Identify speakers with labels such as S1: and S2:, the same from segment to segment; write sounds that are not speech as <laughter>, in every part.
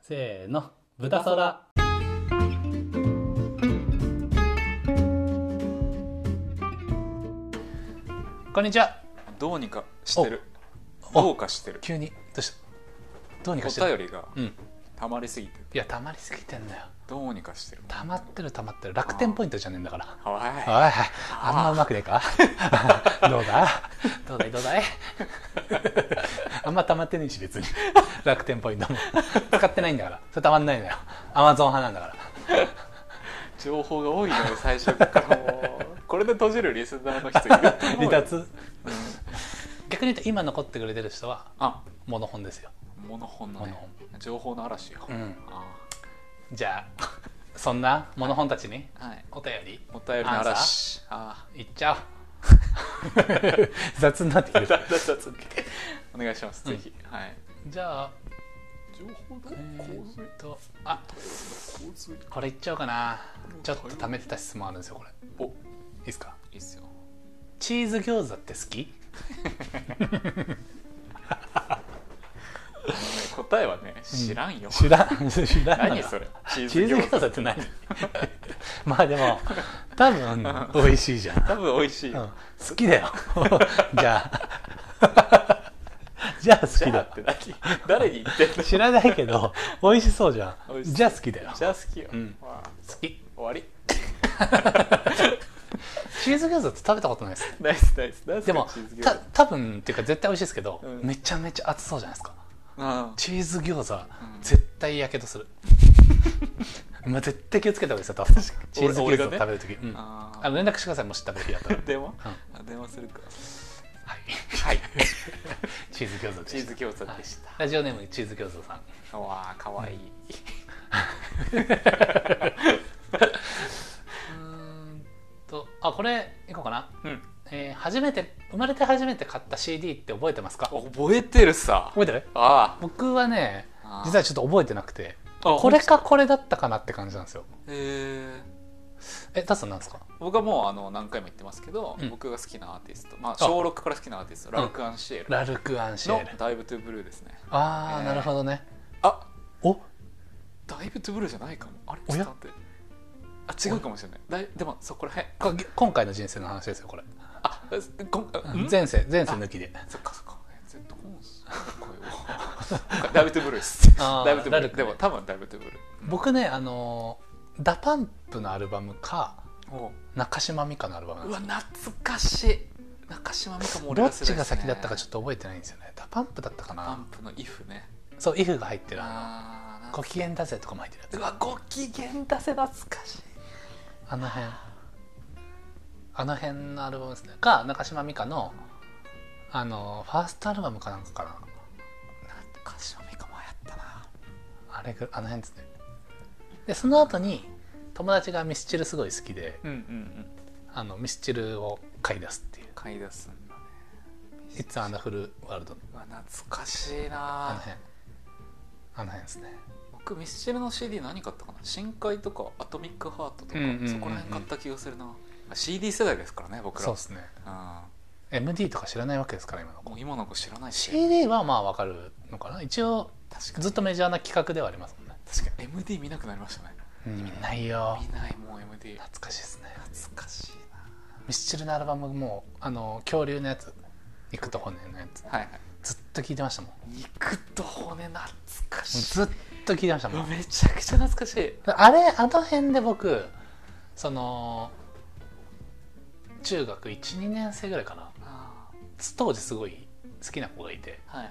S1: せーの豚そらこんにちは
S2: どうにかしてる
S1: お
S2: どうかしてる
S1: 急にどうしたどうにかして
S2: お
S1: る
S2: 便りが
S1: うん
S2: 溜まりすぎてる
S1: いや溜まりすぎてんだよ
S2: どうにかしてる
S1: 溜まってる溜まってる楽天ポイントじゃねえんだからおい
S2: は
S1: おいあんまうまくねえか <laughs> どうだどうだいどうだい <laughs> あんま溜まってねえし別に楽天ポイントも使ってないんだからそれ溜まんないのよアマゾン派なんだから
S2: い情報が多いのよ最初からも
S1: <laughs>
S2: うこれで閉じるリスナーの人いると思う
S1: 離
S2: よ
S1: 脱逆に言うと今残ってくれてる人は
S2: あ
S1: モノ本ですよ、
S2: モノホンのね
S1: モノ
S2: 情報の嵐よ、
S1: うん
S2: あ
S1: じゃあそんなモノ本たちに
S2: ーはい
S1: お便り
S2: お便りの嵐あ
S1: いっちゃおう <laughs> 雑になってきて
S2: ー
S1: る
S2: だだだ続け <laughs> お願いします、
S1: うん
S2: ぜひはい
S1: じゃあ
S2: 情報の
S1: え
S2: 洪
S1: ー
S2: 水
S1: っとあ
S2: 洪水
S1: これいっちゃおうかなちょっと貯めてた質問あるんですよこれい
S2: おい
S1: いですか
S2: いっすよ
S1: チーズ餃子って好き
S2: ね答えはね知らんよ、
S1: 知らん知らんの
S2: 何
S1: よ
S2: それチ
S1: チ
S2: ーズ
S1: ーズ
S2: 餃
S1: 餃
S2: 子
S1: 子って何 <laughs> まあでも多分美味しいじゃん
S2: 多分美味しい、
S1: うん好きだよ <laughs> じゃあ <laughs> じゃあ好
S2: じ
S1: き
S2: ゃあ
S1: だ
S2: って何 <laughs> 誰に言ってんの
S1: 知らないけど美味しそうじゃ
S2: 美
S1: ん
S2: 味しそう
S1: じゃあ好きだよ
S2: じゃあ好きよ、
S1: うん
S2: わあ
S1: 好き
S2: 終わり
S1: チーズ餃子って食べたことないです
S2: ナイスナイスナイス
S1: でも
S2: チーズ餃
S1: た
S2: 子
S1: 多分っていうか絶対美味しいですけど、
S2: うん
S1: めちゃめちゃ熱そうじゃないですか
S2: うん
S1: チーズ餃子、
S2: ん
S1: 絶対やけどするまあ絶対気をつけた方がいいですよ多分チーズ
S2: 俺
S1: 餃子食
S2: がね
S1: べる時、うん、あ
S2: あー
S1: の連絡してくださいもし食べる日だったら
S2: 電話、あ電話するか
S1: はい
S2: はい <laughs>
S1: チーズ餃子でした
S2: チーズ餃子でし
S1: はいラジオネームチーズ餃子さん
S2: たわあかわいい、
S1: うーんとあこれいこうかな、
S2: うん、
S1: えー初めて生まれて初めて買った CD って覚えてますか覚
S2: 覚えてるさ
S1: えてる
S2: あ
S1: 僕はね
S2: あー
S1: 実はちょっと覚えてなくて
S2: あ
S1: これかこれだったかなって感じなんですよ
S2: え
S1: えタスさんなんですか
S2: ー、僕はもうあの何回も言ってますけど、
S1: うん
S2: 僕が好きなアーティスト、まあ、小6から好きなアーティスト、ラルク・アンシエル
S1: ラルク・アンシエ
S2: の
S1: ル
S2: 「ダイブ・トゥ・ブルー」ですね
S1: ああ、
S2: えー
S1: なるほどね
S2: あ
S1: お
S2: ダイブ・トゥ・ブルーじゃないかもあれ
S1: お
S2: ちょ
S1: や
S2: っと待ってあ違うかもしれないだいでもそこらへん
S1: これ今回の人生の話ですよこれ
S2: あえこんあん
S1: 前世前世抜きで
S2: そっかそっか。えずっと本数の声を。ダイブトゥブルーです。
S1: あー
S2: ダイブトゥブ
S1: ラル
S2: ルー。
S1: ク
S2: でも多分ダイブトゥブル
S1: 僕ねあのーダパンプのアルバムか
S2: ー。お
S1: 中島美嘉のアルバムなん
S2: う
S1: です
S2: わ
S1: よ
S2: 懐かしい。中島美嘉も俺
S1: ど
S2: ら
S1: っちが
S2: 世代です
S1: 先
S2: ね
S1: だったかちょっと覚えてないんですよねダパンプだったか
S2: パ
S1: な
S2: ンプのイフね。
S1: そう「イフが入ってるあの
S2: あー
S1: ご機嫌だぜとかも入ってるやつ
S2: うわご機嫌だせ懐かしい。
S1: あの辺あの辺のアルバムですねか中島美嘉のあのファーストアルバムかなんかかな
S2: 中島美嘉もやったな。
S1: あれぐあの辺ですねでその後に友達がミスチルすごい好きで
S2: うんうんうん。
S1: あのミスチルを買い出すっていう
S2: 買い出すんだね。
S1: 「It's a Wonderful World の」
S2: うわ懐かしい
S1: あの
S2: な。
S1: 辺あの辺ですね
S2: 僕ミスチルの CD 何買ったかな深海とかアトミックハートとか、
S1: うんうんうんうん
S2: そこら辺買った気がするな。CD 世代ですからね僕ら。
S1: そうですね
S2: うん。
S1: MD とか知らないわけですから今の子
S2: もう今の子知らないし
S1: CD はまあわかるのかな一応
S2: 確かに
S1: ずっとメジャーな企画ではありますもんね
S2: 確かに MD 見なくなりましたね
S1: うん見ないよ
S2: 見ないもう MD
S1: 懐かしいですね
S2: 懐かしいな
S1: ミスチルのアルバムもあの恐竜のやつ肉と骨のやつ
S2: はいはい
S1: ずっと聴いてましたもんも
S2: 肉と骨懐か
S1: う
S2: しい
S1: ずっと聴いてました
S2: う
S1: も
S2: わ
S1: ん
S2: めちゃくちゃ懐かしい
S1: あれあの辺で僕その中学12年生ぐらいかな
S2: あ
S1: 当時すごい好きな子がいて
S2: ーはいは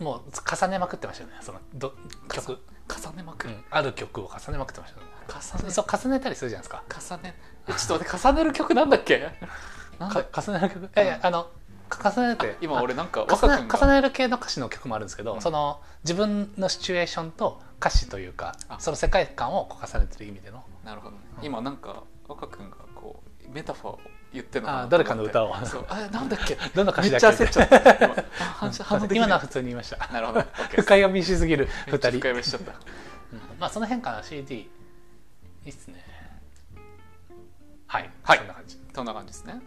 S2: い
S1: もう重ねまくってましたよねそのど曲、
S2: 重ねまく
S1: う
S2: る、
S1: ん、ある曲を重ねまくってましたね
S2: 重ね
S1: そう重ねたりするじゃないですか
S2: 重ねえちょっと待って重ねる曲なんだっけなんだっけ
S1: か重ねる曲いやいやあのか重ねて
S2: 今俺なんか
S1: 重
S2: 若
S1: ね
S2: 君
S1: 重
S2: が
S1: ねる系の歌詞の曲もあるんですけど、
S2: うん
S1: その自分のシチュエーションと歌詞というか
S2: あ
S1: その世界観をこう重ねてる意味での
S2: なるほどね
S1: うん
S2: 今なんか若君がこうメタファーを言ってんの
S1: あー
S2: と思
S1: 誰
S2: って
S1: かの歌を
S2: そうあれなんだっけ
S1: どんな歌
S2: め
S1: 詞
S2: っ
S1: だ
S2: ちゃ
S1: っけ
S2: 焦っちゃった今
S1: う
S2: 反
S1: ん
S2: 射反応でき
S1: 今
S2: ない
S1: のは普通に言いま <laughs> した
S2: なるほど OK
S1: 深読みしすぎる
S2: めっちゃ
S1: 2
S2: 深
S1: 人
S2: い目しちゃった
S1: まあその辺から CD いいっすねはい、
S2: はい
S1: そんな感じ
S2: そんな感じですね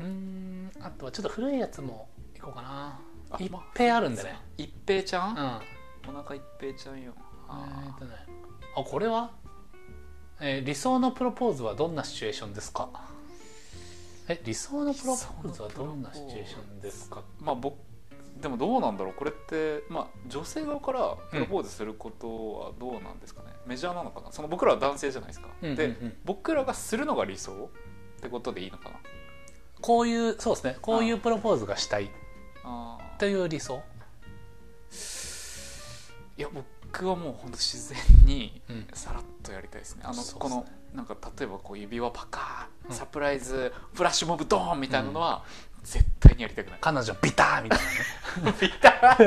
S1: うーんあとはちょっと古いやつもいこうかな
S2: あ
S1: いっ
S2: まあ
S1: ぺいあるんでね、
S2: 一平ちゃ
S1: う
S2: ん、
S1: ん
S2: お腹いっぺいちゃうよ
S1: えーとねあこれは、えー理想のプロポーズはどんなシチュエーションですかえ理想のプロポーズはどんなシチュエーションですか
S2: まあ僕でもどうなんだろうこれって、まあ、女性側からプロポーズすることはどうなんですかね、メジャーなのかなその僕らは男性じゃないですか、
S1: うんうんうん
S2: で僕らがするのが理想ってことでいいのかな
S1: こういうそうですねこういうプロポーズがしたい
S2: あー
S1: という理想
S2: いや僕はもうほんと自然に
S1: うん
S2: さらっとやりたいですねあの
S1: そうっ
S2: こ
S1: すね
S2: のなんか例えばこう指輪パカー
S1: う
S2: ン、
S1: ん
S2: サプライズフラッシュモブドーンみたいなのは絶対にやりたくない
S1: 彼女ビターみたいなね
S2: ビタ <laughs> 何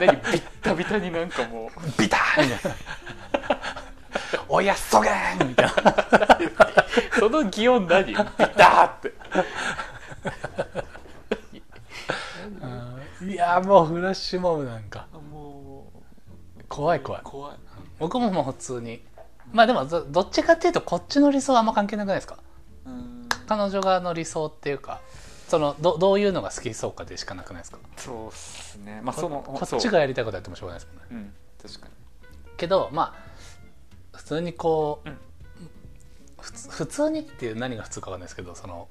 S2: ビッタビタになんかもう
S1: <laughs> ビターみたいなおやっそげーみたいな
S2: <laughs> その擬音 <laughs> 何ビターって
S1: うんいやもうフラッシュモブなんか
S2: もう
S1: 怖い怖い
S2: 怖い
S1: 僕ももう普通にまあでもどどっちかっていうとこっちの理想はあんま関係なくないですか
S2: うん
S1: 彼女側の理想っていうかそのどどういうのが好きそうかでしかなくないですか
S2: そうっすねまあ
S1: こ
S2: その
S1: こ
S2: そう
S1: っちがやりたいことやってもしょうがないですもんね
S2: うん確かに
S1: けどまあ普通にこう、
S2: うん
S1: 普通普通にっていう何が普通かわかんないですけどその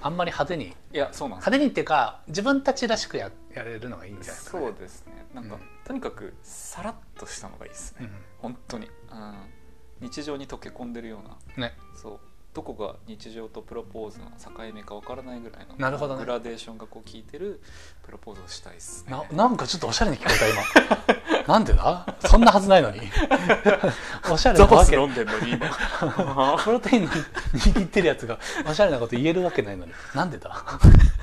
S1: あんまり派手に
S2: いやそうなんで
S1: 派
S2: す
S1: 手にっていうか自分たちらしくややれるのがいいんじゃないですか、
S2: そうですねなんか、
S1: うん
S2: とにかくさらっとしたのがいいですね、本当に、うん、日常に溶け込んでるような
S1: うん、ね
S2: そうどこが日常とプロポーズの境目かわからないぐらいの
S1: なるほどね
S2: グラデーションがこう効いてるプロポーズをしたいですね
S1: ななんかちょっとおしゃれに聞こえた今 <laughs> なんでだそんなはずないのに <laughs> おしゃれな
S2: ザバ
S1: わ
S2: ス
S1: け
S2: 飲んでんのに今
S1: プロテイン <laughs> 握ってるやつがおしゃれなこと言えるわけないのになんでだ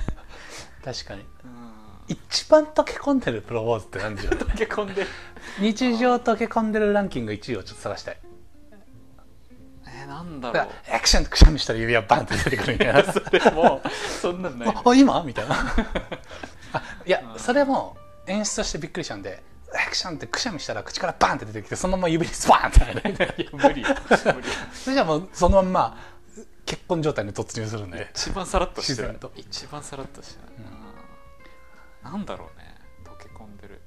S1: <laughs> 確かに
S2: うん
S1: 一番溶け込んでるプロポーズって何でしょう
S2: 溶け込んでる
S1: 日常溶け込んでるランキング1位をちょっと探したい
S2: えー、なんだ
S1: だ
S2: ろ
S1: か
S2: う
S1: らアクションくしゃみしたら指輪バンって出てくるみたいな
S2: それもそ
S1: <laughs>
S2: ん <laughs> なんない
S1: ああ今みたいなあいや
S2: うん
S1: それも演出としてびっくりしたんでアクションってくしゃみしたら口からバンって出てきてそのまま指にスパンって入
S2: <laughs>
S1: る
S2: いや無理よ無理よ
S1: それじゃあもうそのまんま結婚状態に突入するんで
S2: 一番さらっとして
S1: 自
S2: る
S1: 然と
S2: 一番さらっとしてる、うんなんだろうね溶け込んでる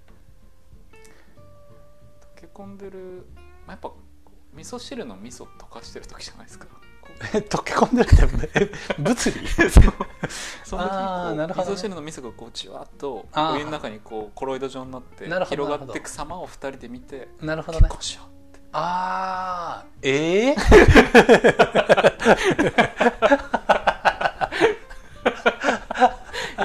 S2: 溶け込んでる、まあ、やっぱ味噌汁の味噌溶かしてる時じゃないですかこ
S1: <laughs>
S2: う
S1: え溶け込んでるってえ物理
S2: その時にこう
S1: あーなるほどね
S2: 味噌汁の味噌がこうじわっと
S1: あー
S2: お湯の中にこうコロイド状になって
S1: なるほど
S2: 広がっていく様を二人で見て
S1: なるほど
S2: 結
S1: ね
S2: 婚しようって
S1: ああええ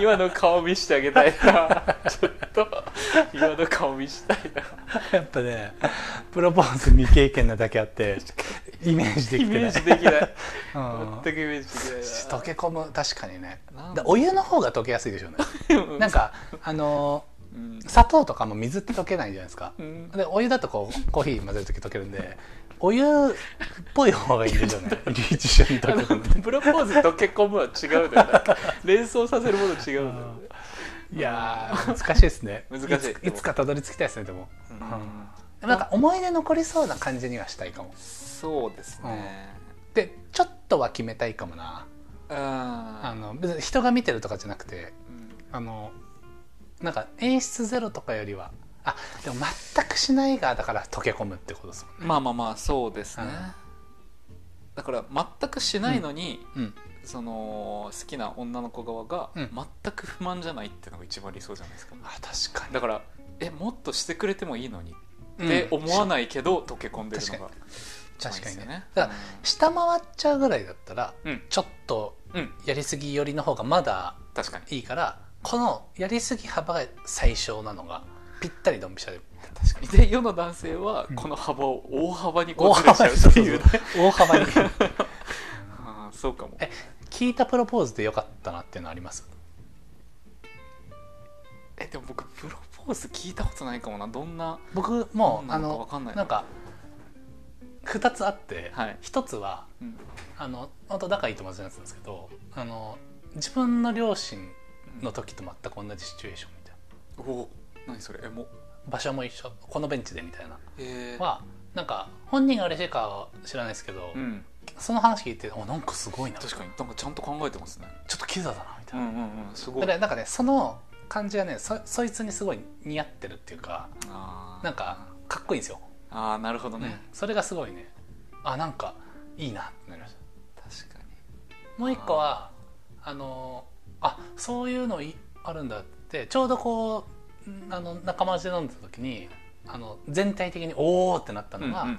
S2: 今の顔見してあげたい
S1: <laughs>
S2: なちょっと今の顔見したいな
S1: <laughs> やっぱねプロポーズ未経験なだけあってイメージで
S2: イ
S1: きて
S2: メ
S1: な
S2: ー
S1: い
S2: ジできない
S1: <laughs> うん
S2: 全くイメージできない
S1: 溶け込む確かにね
S2: なん
S1: だお湯の方が溶けやすいで <laughs> しょうねなんかあの
S2: うん
S1: ー砂糖とかも水って溶けないじゃないですか
S2: うん
S1: でお湯だとこうコーヒー混ぜる時溶けるんでお湯っぽい方がいいんですよ <laughs> ね一緒に
S2: <laughs> あ
S1: 溶けるんで
S2: のプロポーズ溶け込むは違うだよなんか連想させるもの違うんだよね
S1: いやー難しいですね
S2: 難しい
S1: ついつかたどり着きたいですねでも
S2: うん
S1: でもなんか思い出残りそうな感じにはしたいかも
S2: そうですね
S1: でちょっとは決めたいかもなあ
S2: あ
S1: の別に人が見てるとかじゃなくてあのなんか演出ゼロとかよりはあでも全くしないがだから溶け込むってことですもんね
S2: まあまあまあそうですね
S1: うん
S2: だから全くしないのに
S1: うん
S2: その好きな女の子側が
S1: うん
S2: 全く不満じゃないっていうのが一番理想じゃないですか
S1: あ確か
S2: だからえもっとしてくれてもいいのに
S1: に
S2: って思わないけど溶け込んでるの
S1: 確
S2: が
S1: かに
S2: 一番いいですよ
S1: ね
S2: ね
S1: だから下回っちゃうぐらいだったら
S2: うん
S1: ちょっと
S2: うん
S1: やりすぎ寄りの方がまだ
S2: 確かに
S1: いいからこのやりすぎ幅が最小なのがぴったりドンピシャで
S2: 確かにで世の男性はこの幅を大幅にこ
S1: 大
S2: うず
S1: 幅
S2: れちゃ
S1: に
S2: うっていうね
S1: 大幅に
S2: あーそうかも
S1: え聞いたプロポーズでよかったなっていうのあります
S2: えでも僕プロポーズ聞いたことないかもなどんな
S1: 僕も
S2: な
S1: あ
S2: んか
S1: の
S2: わかんないな
S1: なんか2つあって、
S2: はい
S1: 1つは
S2: うん
S1: あの本当仲いい友達のやつなんですけどあの自分の両親の時と全く同じシチュエーションみたい
S2: おお何それえも
S1: な場所も一緒このベンチでみたいな
S2: えー、
S1: はなんか本人が嬉しいかは知らないですけど、
S2: うん
S1: その話聞いておなんかすごいなちょ
S2: 確かになんかちゃんと考えてますね
S1: っとキザだなみた
S2: う
S1: い
S2: ん
S1: な、
S2: うんうんすご
S1: だ
S2: い
S1: からなんかねその感じはねそそいつにすごい似合ってるっていうか
S2: あー
S1: なんかかっこいいんですよ、
S2: あーなるほど
S1: うん
S2: ね、
S1: それがすごいねあなんかいいなってなりました
S2: 確かに
S1: もう一個はあのあそういうのいあるんだってちょうどこうんあの仲間内で飲んでた時にあの全体的におおってなったのが、
S2: うん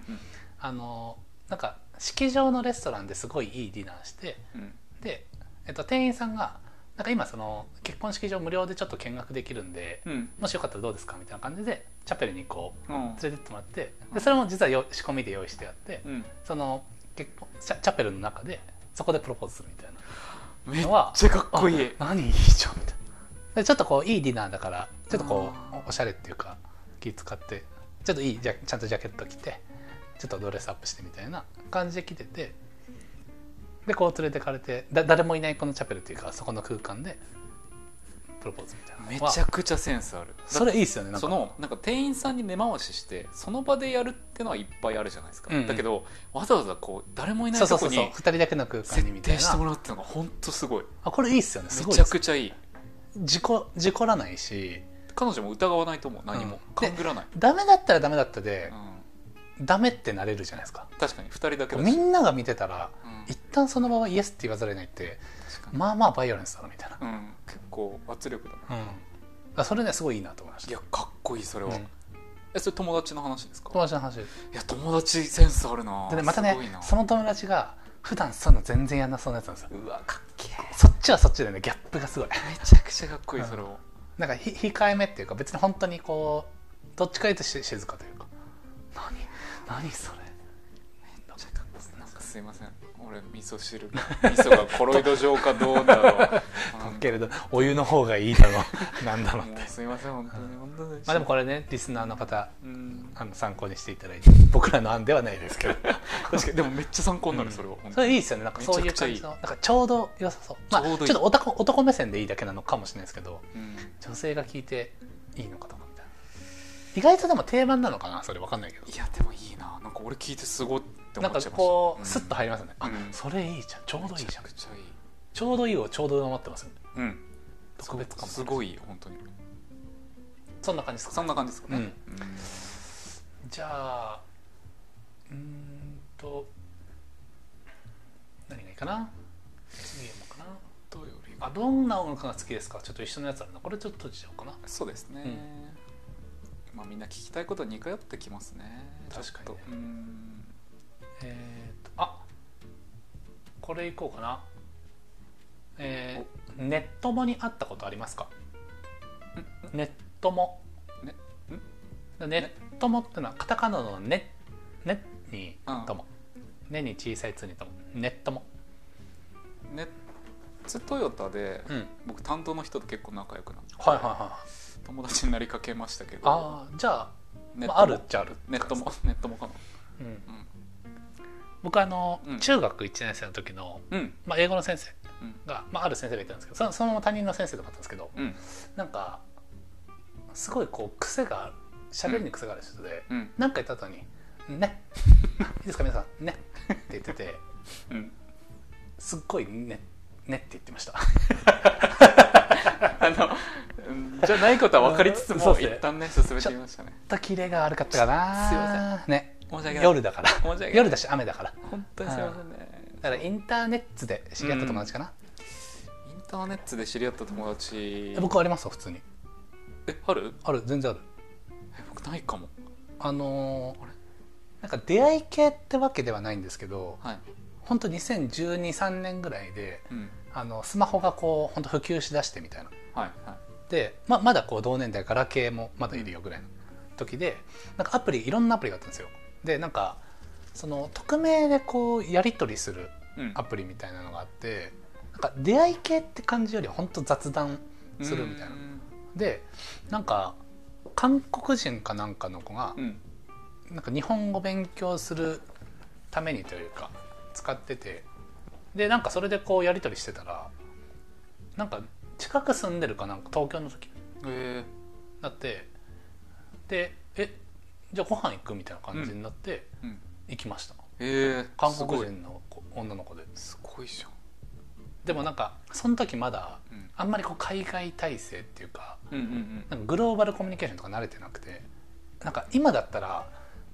S1: あのなんか式場のレストランですごいいいディナーして
S2: うんうん
S1: で、えっと、店員さんが「なんか今その結婚式場無料でちょっと見学できるんで
S2: うん
S1: もしよかったらどうですか?」みたいな感じでチャペルにこう
S2: うん
S1: 連れてってもらってでそれも実はよ仕込みで用意してあって
S2: うん
S1: その結婚チャチャペルの中でそこでプロポーズするみたいな。
S2: めっ
S1: のは
S2: ちゃかっこいい
S1: あ何いい <laughs> じゃんみたいなでちょっとこういいディナーだからちょっとこうおおしゃれっていうか気使ってちょっといいジャちゃんとジャケット着てちょっとドレスアップしてみたいな感じで着ててでこう連れてかれてだ誰もいないこのチャペルっていうかそこの空間でプロポーズみたいな
S2: め
S1: のは
S2: ちゃくちゃセンスある
S1: それいいっすよねなんか
S2: そのなんか店員さんに根回ししてその場でやるってのはいっぱいあるじゃないですか、
S1: うんうん
S2: だけどわざわざこう誰もいない
S1: そうそ
S2: と
S1: うそ
S2: こ
S1: うそう
S2: に
S1: 2人だけの空間に
S2: 設
S1: みたい
S2: 定しても
S1: な
S2: らうってのが本当すごい
S1: あこれいいっすよねすごい
S2: めち
S1: で
S2: ゃ
S1: す
S2: くちゃいい
S1: 事故事故らないし
S2: 彼女も疑わないと思う何も、
S1: うん
S2: 勘ぐらない、
S1: ダメだったらダメだったで
S2: う、ん、
S1: ダメってなれるじゃないですか
S2: 確かに2人だけだ
S1: み
S2: し、うん
S1: なが見てたら
S2: ん
S1: 一旦そのままイエスって言わざるを得ないって
S2: 確かに
S1: まあまあバイオレンスだなみたいな、
S2: うん、結構圧力だね
S1: うん、だからそれねすごいいいなと思いまし
S2: い
S1: た
S2: やかっこいいそれは、
S1: うん
S2: えそれ友達の話ですか
S1: 友達の話です
S2: いや友達センスあるな
S1: でねまた
S2: すごい
S1: ね
S2: な
S1: その友達が普段そういうの全然やんなそうなやつなんですよ
S2: うわかっけえ
S1: そっちはそっちでねギャップがすごい
S2: めちゃくちゃかっこいい
S1: うん
S2: それを
S1: なんかひ控えめっていうか別に本当にこうどっちかというとし静かというか何何それ
S2: めっちゃかっこいいなんかすいません俺味噌汁味噌がコロイド状かどうだろうなんか
S1: けれどお湯の方がいいだろ
S2: <laughs>
S1: うなんだろうっ
S2: も
S1: て
S2: うすいません本当に本当に
S1: まあでもこれねリスナーの方
S2: うん
S1: あの参考にしていただいて僕らの案ではないですけど
S2: <laughs> 確かにでもめっちゃ参考にな
S1: う
S2: る
S1: ん
S2: それは本
S1: そ
S2: 当
S1: れ
S2: に
S1: いいですよねなんかそういう感じのなんかちょうど良さそうまあ
S2: ち
S1: ち
S2: ょ
S1: ょ
S2: うどいい
S1: っと男男目線でいいだけなのかもしれないですけど
S2: うん
S1: 女性が聞いていいのかどうかみたいな意外とでも定番なのかなそれ分かんないけど
S2: いやでもいいななんか俺聞いてすごいって
S1: なん
S2: 思っちゃいま
S1: か
S2: した
S1: こうスッと入
S2: 入
S1: りますよねあ
S2: うん
S1: それいいじゃんちょうどいい
S2: め
S1: じ
S2: ち
S1: ゃ
S2: ゃ
S1: ん
S2: くちゃいい
S1: ちょうどいいをちょうど上回ってますよね
S2: うん
S1: 特別感も
S2: すごい本当に
S1: そんな感じです
S2: そ
S1: か
S2: んな感じですかねうん
S1: じゃあうーんと何がいいかな次もかな
S2: どうより
S1: あどんな音楽が好きですかちょっと一緒のやつあるなこれちょっと閉じちゃおうかな
S2: そうですね、まあみんな聞きたいことは似通ってきますね
S1: 確かにね
S2: ちょっとうん
S1: えー、とあこれいこうかなえーネットもに会ったことありますかネットも
S2: ね
S1: ネットもってのはカタカナのねねに
S2: うん
S1: とも、ねに小さいつにともネットも
S2: ネッツトヨタで
S1: うんはい
S2: 僕担当の人と結構仲良くなって
S1: はいはい
S2: 友達になりかけましたけど
S1: ああじゃあ,、
S2: ネッ
S1: ま
S2: ト
S1: あ、あるっちゃある、
S2: ネットもネットもかな
S1: うん
S2: うん
S1: 僕あの、
S2: うん
S1: 中学1年生の時の、
S2: うん
S1: まあ、英語の先生
S2: うん
S1: が、まあ、ある先生がいたんですけどそのそのまま担任の先生とかだったんですけど、
S2: うん
S1: なんかすごいこう癖がある喋りに癖がある人で、
S2: うん
S1: なんか言った後に「ね」 <laughs> 「いいですか皆さんね」って言ってて
S2: うん
S1: すっごいね「ね」って言ってました
S2: あのうんじゃないことは分かりつつ
S1: そう
S2: も
S1: っすね
S2: 一旦ね進めてみましたね
S1: とキレが悪かったかな
S2: すいま
S1: せんね
S2: 申し訳ない
S1: 夜だから
S2: 申し訳ない
S1: 夜だし雨だから
S2: 本当にすいませんね
S1: だからインターネットで知り合った友達かな、
S2: インターネットで知り合った友達
S1: え僕ありますよ普通に
S2: えある
S1: ある全然ある
S2: え僕ないかも
S1: あのー
S2: あれ
S1: なんか出会い系ってわけではないんですけど
S2: はい
S1: 本当201213年ぐらいで
S2: うん
S1: あのスマホがこう本当普及しだしてみたいな
S2: はいはい
S1: でままだこう同年代ガラケーもまだいるよぐらいの時でなんかアプリいろんなアプリがあったんですよでなんかその匿名でこうやり取りする
S2: うん
S1: アプリみたいなのがあってなんか出会い系って感じより本当雑談するみたいな
S2: うん
S1: でなんか韓国人かなんかの子が
S2: うん
S1: なんか日本語勉強するためにというか使っててでなんかそれでこうやり取りしてたらなんか近く住んでるかなんか東京の時
S2: え
S1: なってでえじゃあご飯行くみたいな感じになって、
S2: ーうん
S1: 行きました
S2: えー
S1: 韓
S2: すご
S1: 国
S2: い
S1: 人の子女の子です
S2: ごいじゃん
S1: でもなんかその時まだ
S2: うん
S1: あんまりこう海外体制っていうか
S2: うんうん
S1: なんかグローバルコミュニケーションとか慣れてなくてなんか今だったら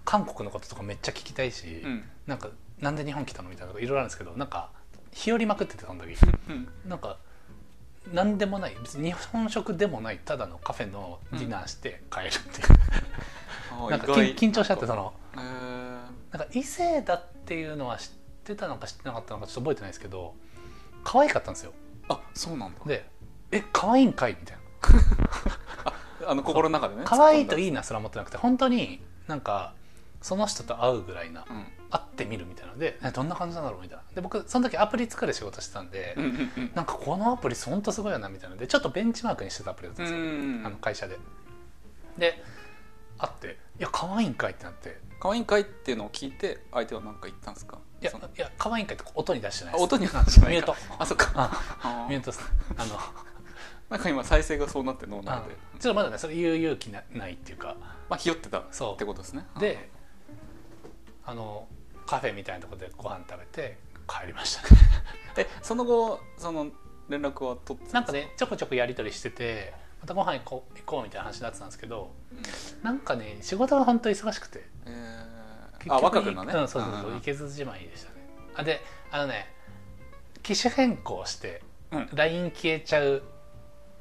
S1: 韓国のこととかめっちゃ聞きたいし、
S2: うんうん
S1: なんかなんで日本来たのみたいなのとかいろいろあるんですけどなんか日和りまくっててその時
S2: うん
S1: なんか何でもない別に日本食でもないただのカフェのディナーして帰るっていう、
S2: あー
S1: なんか
S2: 意
S1: 緊
S2: 外
S1: 緊張しちゃってその
S2: へー
S1: なんか異性だっていうのは知ってたのか知ってなかったのかちょっと覚えてないですけど可愛かったんですよ
S2: あそうなんだ
S1: で「え可愛いんかい」みたいな
S2: あの心の中でね
S1: 可愛いと
S2: い
S1: いいなすら思ってなくて本当になんかその人と会うぐらいな
S2: うん
S1: 会ってみるみたいなのでえどんな感じなんだろうみたいなで僕その時アプリ作る仕事してたんで、
S2: うんうんうん
S1: なんかこのアプリほんとすごいよなみたいなのでちょっとベンチマークにしてたアプリだったん
S2: う
S1: ですよ、
S2: ん
S1: あの会社でで会って「いや可愛いんかい」ってなって
S2: 可愛いんかいっていうのを聞いて相手は何か言ったんですか
S1: 「いや
S2: その
S1: いや可愛いんかい」って音に出してない
S2: あ
S1: です
S2: 音にはしないか
S1: ミュート
S2: あそっか
S1: あ
S2: あー
S1: ミュートっすあの
S2: なんか今再生がそうなって脳
S1: あ
S2: 内
S1: ち
S2: で
S1: ょっとまだねそれ言う勇気なないっていうか
S2: まあひよってたっ
S1: そう
S2: てことですね
S1: であのカフェみたいなところでご飯食べて帰りました
S2: <laughs>
S1: ね
S2: えその後その連絡は取って
S1: なんかねちょこちょこやり取りしててまたご飯行こう行こうみたいな話になってたんですけど
S2: うん
S1: なんかね仕事が本当忙しくて
S2: え
S1: 結
S2: ーあ
S1: 局
S2: 若くのね
S1: うんそうそうそう
S2: うん
S1: 行けずじまいでしたねあであのね機種変更して
S2: うん
S1: LINE 消えちゃう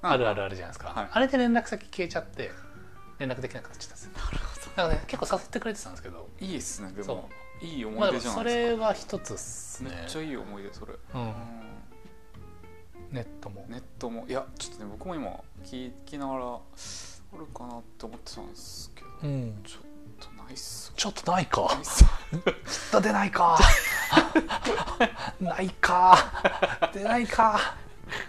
S1: あるあるあるじゃないですか、
S2: はい
S1: あれで連絡先消えちゃって連絡できなくなっちゃったんですよ
S2: なるほ
S1: だからね結構誘ってくれてたんですけど
S2: どいいっすねでも
S1: そ
S2: いいう
S1: ま
S2: 思
S1: あ
S2: い
S1: で
S2: 出
S1: も
S2: じゃな
S1: そ
S2: いで
S1: れは一つっす
S2: すか
S1: ね
S2: めっちゃいい思い出それ
S1: うん
S2: うん
S1: ネットも
S2: ネットもいやちょっとね僕も今聞きながらあるかなって思ってたんですけどちょ
S1: うん
S2: っとな
S1: <laughs>
S2: いっす
S1: ちょっとないか
S2: ないっす
S1: ちょっと出ないか <laughs> ないか出ないか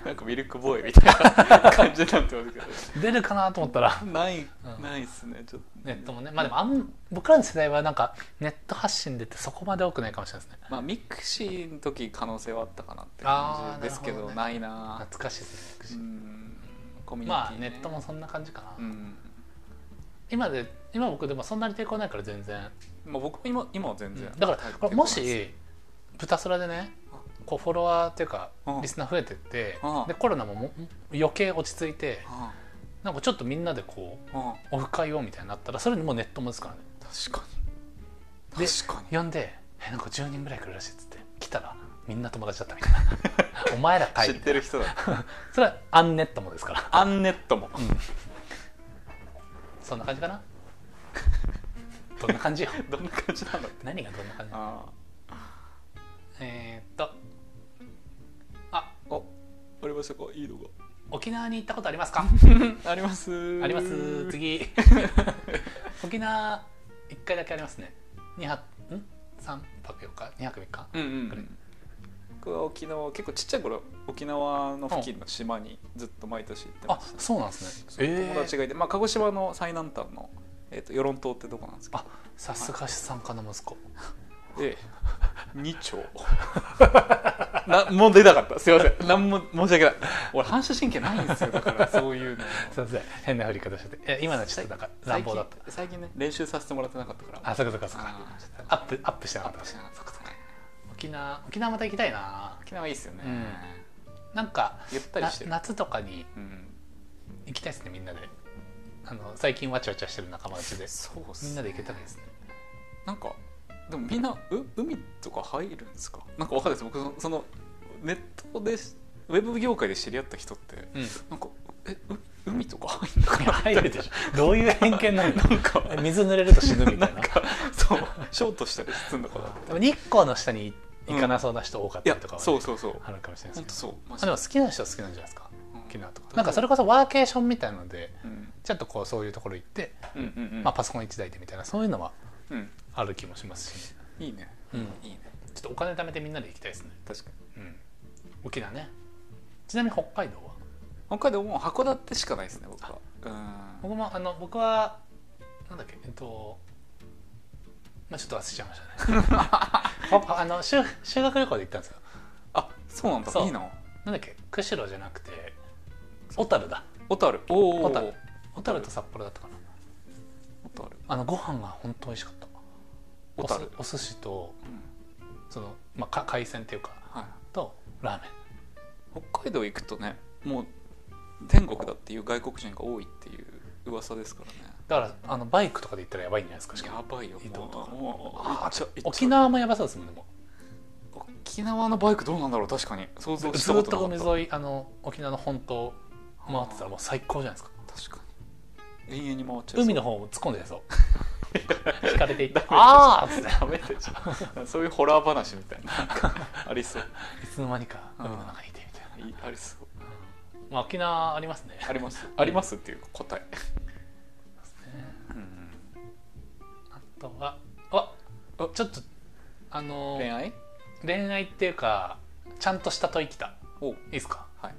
S2: なんかミルクボーイみたいな感じになってますけど
S1: 出るかなと思ったら
S2: ない
S1: うん
S2: ないっすねちょっと
S1: ネットもねまあでもあん僕らの世代はなんかネット発信でってそこまで多くないかもしれないですね
S2: まあミクシーの時可能性はあったかなって
S1: あー
S2: 感じですけど
S1: なるほどね
S2: ないな
S1: 懐かしいです
S2: う
S1: ね
S2: んコミュニティ、
S1: ま
S2: ね、
S1: あネットもそんな感じかな、
S2: うん
S1: 今で今僕でもそんなに抵抗ないから全然
S2: まあ僕も今今は全然、
S1: だからこれもしブタソラでね
S2: あ
S1: こうフォロワーっていうか
S2: うん
S1: リスナー増えてって
S2: うん
S1: でコロナもも余計落ち着いて
S2: あ
S1: なんかちょっとみんなでこう
S2: あああ
S1: オフ会をみたいになったらそれにもうネットもですからね
S2: 確か
S1: で
S2: に確かに
S1: 呼んで「えなんか10人ぐらい来るらしい」っつって来たらみんな友達だったみたいな <laughs> 「お前らかい」
S2: 知
S1: み
S2: った
S1: い
S2: て
S1: な
S2: る人だ
S1: それはアンネットもですから
S2: アンネットも
S1: そんな感じかな <laughs> どんな感じよ
S2: どんな感じなんだって
S1: 何がどんな感じ
S2: あ
S1: えー、っとあ
S2: ああありましたかいいの
S1: 沖縄に行ったことありますか
S2: があります
S1: あります <laughs> 次沖縄1回だけありますね2泊ん3泊4日2泊3日
S2: うんうんうん僕は沖縄結構ちっちゃい頃沖縄の付近の島にずっと毎年行ってま
S1: あ
S2: した
S1: そうなんですね
S2: そう友達
S1: が
S2: がいて、まあ、鹿児島の最南端の、えー、と与論島ってとこなんですけ
S1: あさすが資産家の息子
S2: どで2丁 <laughs> なもう出なかったすいませ <laughs> んなんも申し訳ない俺反射神経ないんですよだ <laughs> からそういうの
S1: すいません変な振り方しちゃっていや今のはちょっとなんか乱暴だった
S2: 最近最近ね練習させてもらってなかったから
S1: あそっかそっかそっか
S2: あーちょっと
S1: アップアップしてなか
S2: あ
S1: っ
S2: ったたしなそっかそっか
S1: 沖縄沖縄また行きたいな
S2: 沖縄いいっすよね、
S1: うんなんか
S2: ゆったり
S1: な
S2: してる、
S1: 夏とかに
S2: うん、
S1: 行きたいですねみんなであの最近わちゃわちゃしてる仲間内で
S2: そうっす
S1: み
S2: ね
S1: んなで行けたらいいですね
S2: なんかでもみんなう海とか入るんですかなんかわかんないです僕そのそのネットでウェブ業界で知り合った人って
S1: うん
S2: なんかえう海とか入るのかな
S1: 入るでしょどういう偏見なの
S2: なんか
S1: 水濡れると死ぬみたいな
S2: なんかそうショートしたりするのかなって
S1: でも日光の下に行かなそうな人多かっ
S2: い
S1: た
S2: や
S1: りとかはね、
S2: そうそうそう
S1: あるかもしれない
S2: 本
S1: で
S2: 当
S1: す
S2: そうマ
S1: けどあでも好きな人は好きなんじゃないですか
S2: うん
S1: 沖縄とかなんかそれこそワーケーションみたいなので
S2: うん
S1: ちょっとこうそういうところ行って、
S2: うんうんうん
S1: まあ、パソコン1台でみたいなそういうのは
S2: うん
S1: ある気もしますし、
S2: いいね
S1: うん、
S2: いいね
S1: ちょっとお金貯めてみんなで行きたいですね、
S2: 確かに
S1: うん、沖縄ねちなみに北海道は
S2: 北海道もう函館しかないですね僕はうん
S1: 僕もあの僕はなんだっけえっとまあちょっと忘れちゃいました
S2: <laughs>
S1: ねああの修修学旅行で行ったんですよ
S2: あそうなんだ
S1: そう
S2: いいな
S1: なんだっけ釧路じゃなくて小樽だ
S2: 小樽おお
S1: 小樽小樽と札幌だったかな
S2: 小樽
S1: あのご飯が本当美味しかった
S2: 小樽
S1: お寿お寿司と
S2: うん
S1: その、まあ、か海鮮っていうか
S2: はい
S1: とラーメン
S2: 北海道行くとねもう天国だっていう外国人が多いっていう噂ですからね
S1: だからあのバイクとかで行ったらやばいんじゃないですかしかも
S2: やばいよ
S1: 移動とか
S2: もう
S1: あー
S2: 行っちゃ行っちゃ
S1: 沖縄もやばそうですもんねも
S2: 沖縄のバイクどうなんだろう確かに想像
S1: う
S2: し
S1: ずー
S2: たこ
S1: っと
S2: と
S1: 海
S2: なかっ
S1: 沿いあの沖縄の本島回ってたらもう最高じゃないですか
S2: た確かに永遠に回っちゃいそう
S1: 海の方も突っ込んで
S2: <laughs>
S1: そう引かれていって
S2: ダメでしょ
S1: ああっつって
S2: <laughs> ダメでしょそういうホラー話みたいな <laughs> なんかありそう
S1: いつの間にか海の中にいてみたいな、
S2: いありそう
S1: まあ、沖縄ありますね
S2: ありますありますっていう答え
S1: あとはあ
S2: あ
S1: ちょっとあの
S2: 恋愛
S1: 恋愛っていうかちゃんとした問い来たい
S2: お
S1: いですか、
S2: はい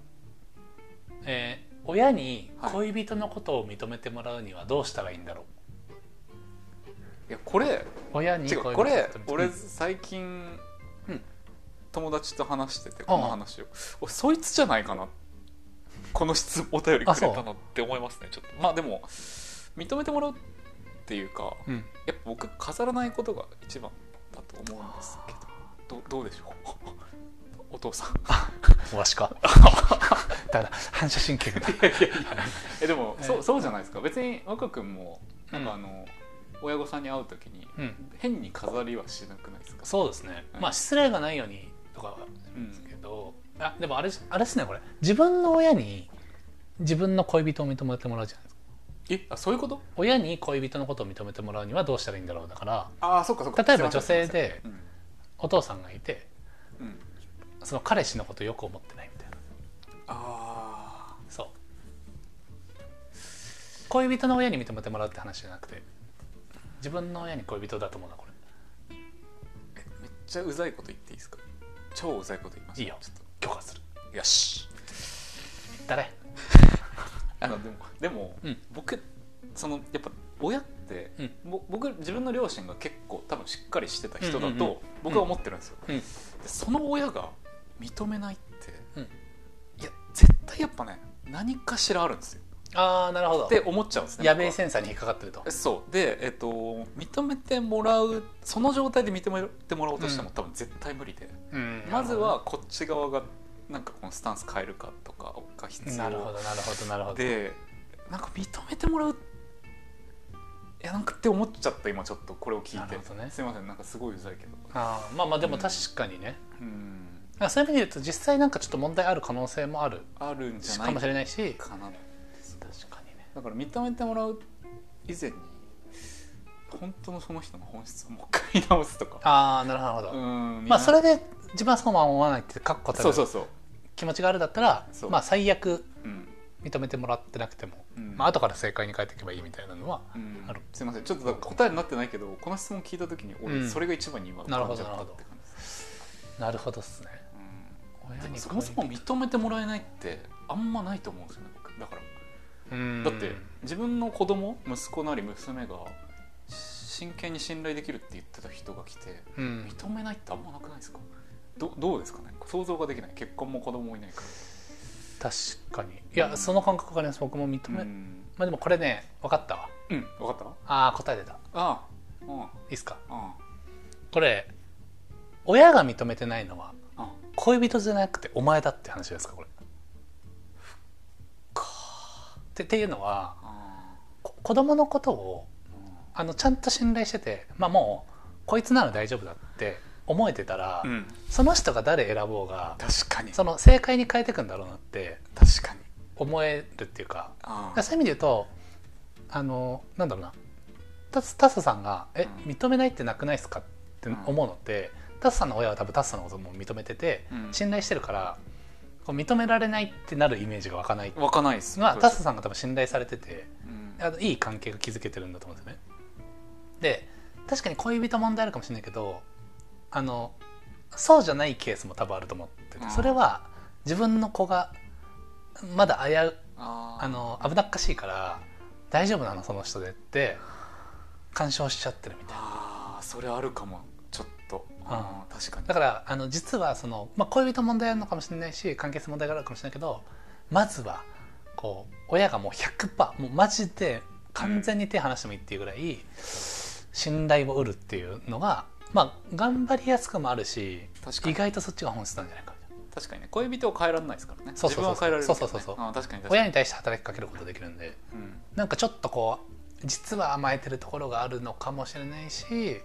S1: えー親に
S2: はい
S1: 恋人のことを認めてもらうにはどうしたらいいんだろ
S2: いやこれ
S1: う親に
S2: 違
S1: 恋人の
S2: うこと
S1: を認め
S2: れ
S1: てもら
S2: 俺
S1: う
S2: 最近
S1: うん
S2: 友達と話しててこの話を俺そいつじゃないかなこの質お便りくれたのって思いますねちょっとまあでも認めてもらうっていうか
S1: うん
S2: やっぱ僕飾らないことが一番だと思うんですけどどどう <laughs> でしょうお父さん <laughs>
S1: わしかだから反射神
S2: <laughs>
S1: 経が
S2: いやいやいやえでも、
S1: え
S2: そうそうじゃないですか別に若君もなんか
S1: う
S2: あの、親御さんに会う時に、
S1: うん
S2: 変に飾りはしなくないですか、
S1: そうですね、
S2: うん
S1: まあ失礼がないようにとかは
S2: うん
S1: けどあでもあれあれですねこれ自分の親に自分の恋人を認めてもらうじゃないですか
S2: えあそういうこと
S1: 親に恋人のことを認めてもらうにはどうしたらいいんだろうだから
S2: ああそっかそっ
S1: 例えば女性です
S2: いません
S1: お父さんがいて
S2: うん、うん、
S1: その彼氏のことよく思ってないみたいな
S2: あ
S1: そう恋人の親に認めてもらうって話じゃなくて自分の親に恋人だと思うなこれ
S2: ーめっちゃうざいこと言っていいですか超うざいこと言いました
S1: いいよ
S2: ちょっ
S1: 許可する
S2: とよし
S1: 誰
S2: あのでもでも、
S1: うん
S2: 僕そのやっぱ親って、
S1: うん
S2: ぼ僕自分の両親が結構多分しっかりしてた人だと、
S1: うんうんうん
S2: 僕は思ってるんですよ、
S1: うん
S2: でその親が認めないって、
S1: うん
S2: いや絶対やっぱね何かしらあるんですよ
S1: ああなるほど
S2: って思っちゃうんですね
S1: やべえ
S2: 僕は
S1: センサーに引っかかってると
S2: そうでえっ、と認めてもらうその状態で認めてもらおうとしても、
S1: うん
S2: 多分絶対無理で、
S1: うん
S2: まずはこっち側がなんかこのスタンス変えるかとかが必要
S1: なるほどなるほどなるほど
S2: でなんか認めてもらういやなんかって思っちゃった今ちょっとこれを聞い
S1: な
S2: て
S1: るほどね
S2: すいませんなんかすごいうざいけど
S1: あーまあまあでも確かにね、
S2: うん
S1: だからそういう意味で言うと実際なんかちょっと問題ある可能性もある
S2: あるんじゃな
S1: か
S2: い
S1: もしれないし
S2: かな
S1: 確かにね
S2: だから認めてもらう以前に本当のその人の本質をもう一回直すとか
S1: ああなるほ
S2: う
S1: ど、
S2: ん
S1: まあそ
S2: れ
S1: れで自分はそうは思わないって確固た
S2: そうそ
S1: る
S2: うそう
S1: 気持ちがあるだったら
S2: そう
S1: まあ最悪
S2: うん
S1: 認めてもらってなくても、
S2: うん
S1: まあ後から正解に変えていけばいいみたいなのは、
S2: うん
S1: ある
S2: すいませんちょっとだから答えになってないけどこの質問聞いた時に
S1: う
S2: 俺
S1: ん
S2: それが一番に今浮かんじゃったって感じです
S1: なるほどっすね
S2: うん
S1: 親
S2: でも
S1: に
S2: そもそも認めてもらえないってあんまないと思うんですよね僕だから
S1: うん
S2: だって自分の子供息子なり娘が真剣に信頼できるって言ってた人が来て
S1: うん
S2: 認めないってあんまなくないですかどどうですかね想像ができない結婚も子供もいないか
S1: 確かにいやその感覚があります僕も認め、
S2: らうん、
S1: まあでもこれね分かったわ
S2: うん、分かったあ
S1: ああ答え出たい
S2: あうん
S1: いっすか
S2: あ
S1: これ親が認めてないのは
S2: あ
S1: 恋人じゃなくてお前だって話ですかこれってっていうのは
S2: あ
S1: こ子供のことをあのちゃんと信頼しててまあもうこいつなら大丈夫だって思えてたら、
S2: うん
S1: その人が誰選ぼうが
S2: 確かに
S1: その正解に変えていくんだろうなって
S2: 確かに
S1: 思えるっていうか
S2: あ
S1: だから
S2: あ
S1: そういう意味で言うとあのなんだろうなタスタスさんが「え
S2: うん
S1: 認めないってなくないですか?」って思うのって、タスさんの親は多分タスさんのことも認めてて、
S2: うん
S1: 信頼してるからこう認められないってなるイメージが湧かない
S2: 湧かないです
S1: まあ
S2: そう
S1: タ
S2: です
S1: スさんが多分信頼されてて
S2: うん
S1: あのいい関係が築けてるんだと思うんですよね。で確かに恋人問題あるかもしれないけどあのそうじゃないケースも多分あると思ってて
S2: うん
S1: それは自分の子がまだ危う
S2: ああ
S1: あの危なっかしいから大丈夫なのその人でって干渉しちゃってるみたいな
S2: ああそれあるかもちょっとああ確かに
S1: だからあの実はその、まあ、恋人問題あるのかもしれないし関係性問題があるかもしれないけどまずはこう親がもう100%もうマジで完全に手離してもいいっていうぐらい信頼を得るっていうのがまあ頑張りやすくもあるし
S2: 確かに
S1: 意外とそっちが本質なんじゃないかみたいな
S2: 確かにね恋人を変えられないですからね
S1: そうそうそう
S2: 自分は変えられるけど、ね、
S1: そうそうそうそう
S2: あ確かに確かに
S1: 親に対して働きかけることできるんで
S2: うん
S1: なんかちょっとこう実は甘えてるところがあるのかもしれないし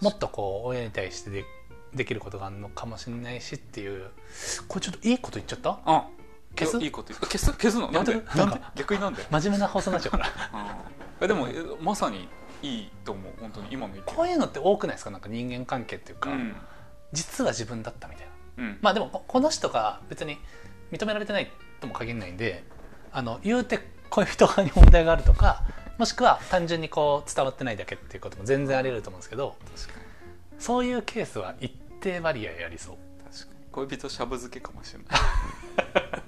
S1: もっとこう親に対してでできることがあるのかもしれないしっていうこれちょっといいこと言っちゃった
S2: あ
S1: 消す
S2: いやいいこと言う消す消すのなんで
S1: やめてく
S2: なん
S1: な
S2: で
S1: んか
S2: 逆になんで、
S1: 真面目な放送になっちゃうから
S2: <laughs>
S1: <laughs>
S2: うん、えでもえまさにいいと思う本当に今の意見
S1: こういうのって多くないですかなんか人間関係っていう
S2: う
S1: か、
S2: ん
S1: 実は自分だったみたいな
S2: うん
S1: まあでもここの人が別に認められてないとも限らないんであの言うて恋人側に問題があるとかもしくは単純にこう伝わってないだけっていうことも全然あり得ると思うんですけど
S2: 確かに
S1: そういうケースは一定割合ありそう
S2: 確かに恋人しゃぶ漬けかもしれない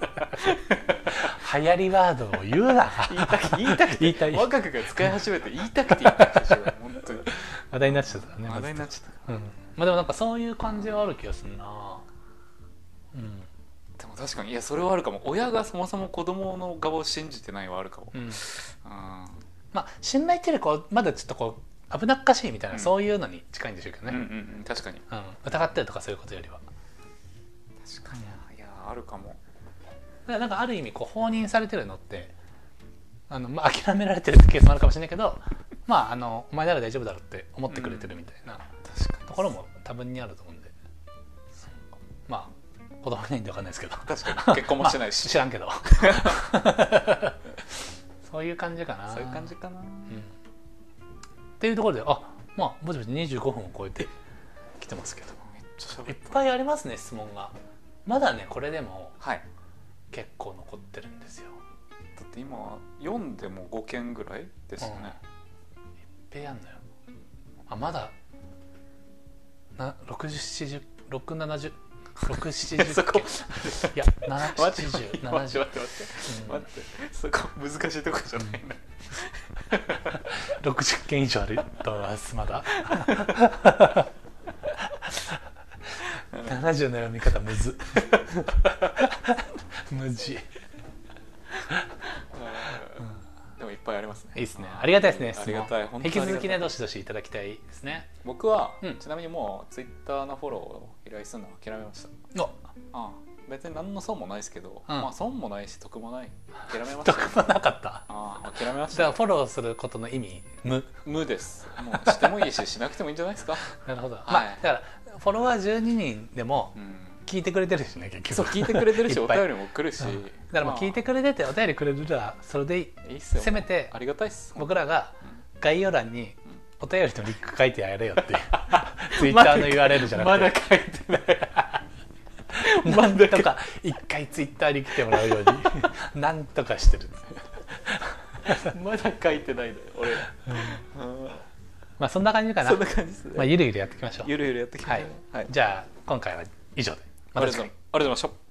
S1: 流行りワードを言うな <laughs>
S2: 言いたくて言いたくて
S1: 言いたい
S2: 若くが使い始めて言いたくて言いたくてしょうがない本
S1: <laughs>
S2: 当に
S1: 話題になっちゃったね
S2: 話題にな
S1: っ
S2: っちゃっ
S1: うん、まあでもなんかそういう感じはある気がするなうん
S2: たでも確かにいやそれはあるかも親がそもそも子供の側を信じてないはあるかも、
S1: うん
S2: あ
S1: まあ信頼っていうよりこうまだちょっとこう危なっかしいみたいな、
S2: うん
S1: そういうのに近いんでしょうけど
S2: ーう
S1: ね、
S2: んうんうん確かに
S1: うん疑ってるとかそういうことよりは
S2: 確かにいやあるかも
S1: だからなんかある意味こう放任されてるのってあの、まあ、諦められてるってケースもあるかもしれないけどまああのお前なら大丈夫だろうって思ってくれてるみたいな
S2: 確かに
S1: ところも多分にあると思うんで、まあ子供いないんで分かんないですけど
S2: 確かに <laughs> 結婚もしてな
S1: ま
S2: い
S1: あ
S2: し、
S1: 知らん
S2: <laughs>
S1: けどそういう感じかな
S2: そういう感じ、かな
S1: うんっていうところであまあぼちぼち25分を超えてきてますけど
S2: めっちゃしゃ
S1: いっ
S2: べ
S1: ぱいありますね質問がまだねこれでも
S2: はい
S1: 結構残ってるんですよ
S2: だって今読んでも5件ぐらいですよね、
S1: ペやんのよあまだな6 7 0 6 7 0 6 7 0
S2: そこ
S1: いや
S2: <laughs> 待
S1: 7
S2: って
S1: 7 0 7
S2: 待って待
S1: 0
S2: って待って待ってそこ難しいとこじゃないな
S1: 60件以上あると思いますまだ70の読み方むず無事い
S2: でもいっぱいありますね
S1: いですねありがたいですね質問
S2: ありがたい本当
S1: 引
S2: に
S1: き
S2: ありがたい
S1: 続きねどしどしいただきたいですね
S2: 僕は、
S1: うん
S2: ちなみにもうツイッターのフォローを依頼するのは諦めまし
S1: お
S2: たああ別に何の損もないですけど、まあ損もないし得もない諦めました
S1: 得もなかった
S2: ああ諦めまし
S1: じゃあ
S2: た
S1: フォローすることの意味無
S2: 無ですもうしてもいいししなくてもいいんじゃないですか、
S1: なるほど、
S2: い
S1: まあだからフォロワー12人でも
S2: うん、
S1: 聞いてくれてるしね結局
S2: そう聞いてくれてるし
S1: いっ
S2: お
S1: ぱい
S2: 便りも来るし、
S1: うんだからもう聞いてくれててお便りくれるならそれでいい
S2: まあいいっすよ
S1: せめて
S2: ありがたいっす
S1: 僕らが概要欄に
S2: ん
S1: お便りのリンク書いてやれよ <laughs> っていうツイッターの URL じゃ
S2: ま
S1: な
S2: だ
S1: く
S2: 書いてない
S1: てなんとか一回ツイッターに来てもらうよう <laughs> になんとかしてる
S2: まだ書いてないのよ
S1: <laughs>
S2: 俺、うん
S1: まあそんな感じかな
S2: そんな感じですね、
S1: まあ、ゆるゆるやっていきましょう
S2: ゆるゆるやってきま
S1: は
S2: し
S1: い
S2: ょう、はい、
S1: じゃあ今回は以上で
S2: ありがとうございましたありがとうございました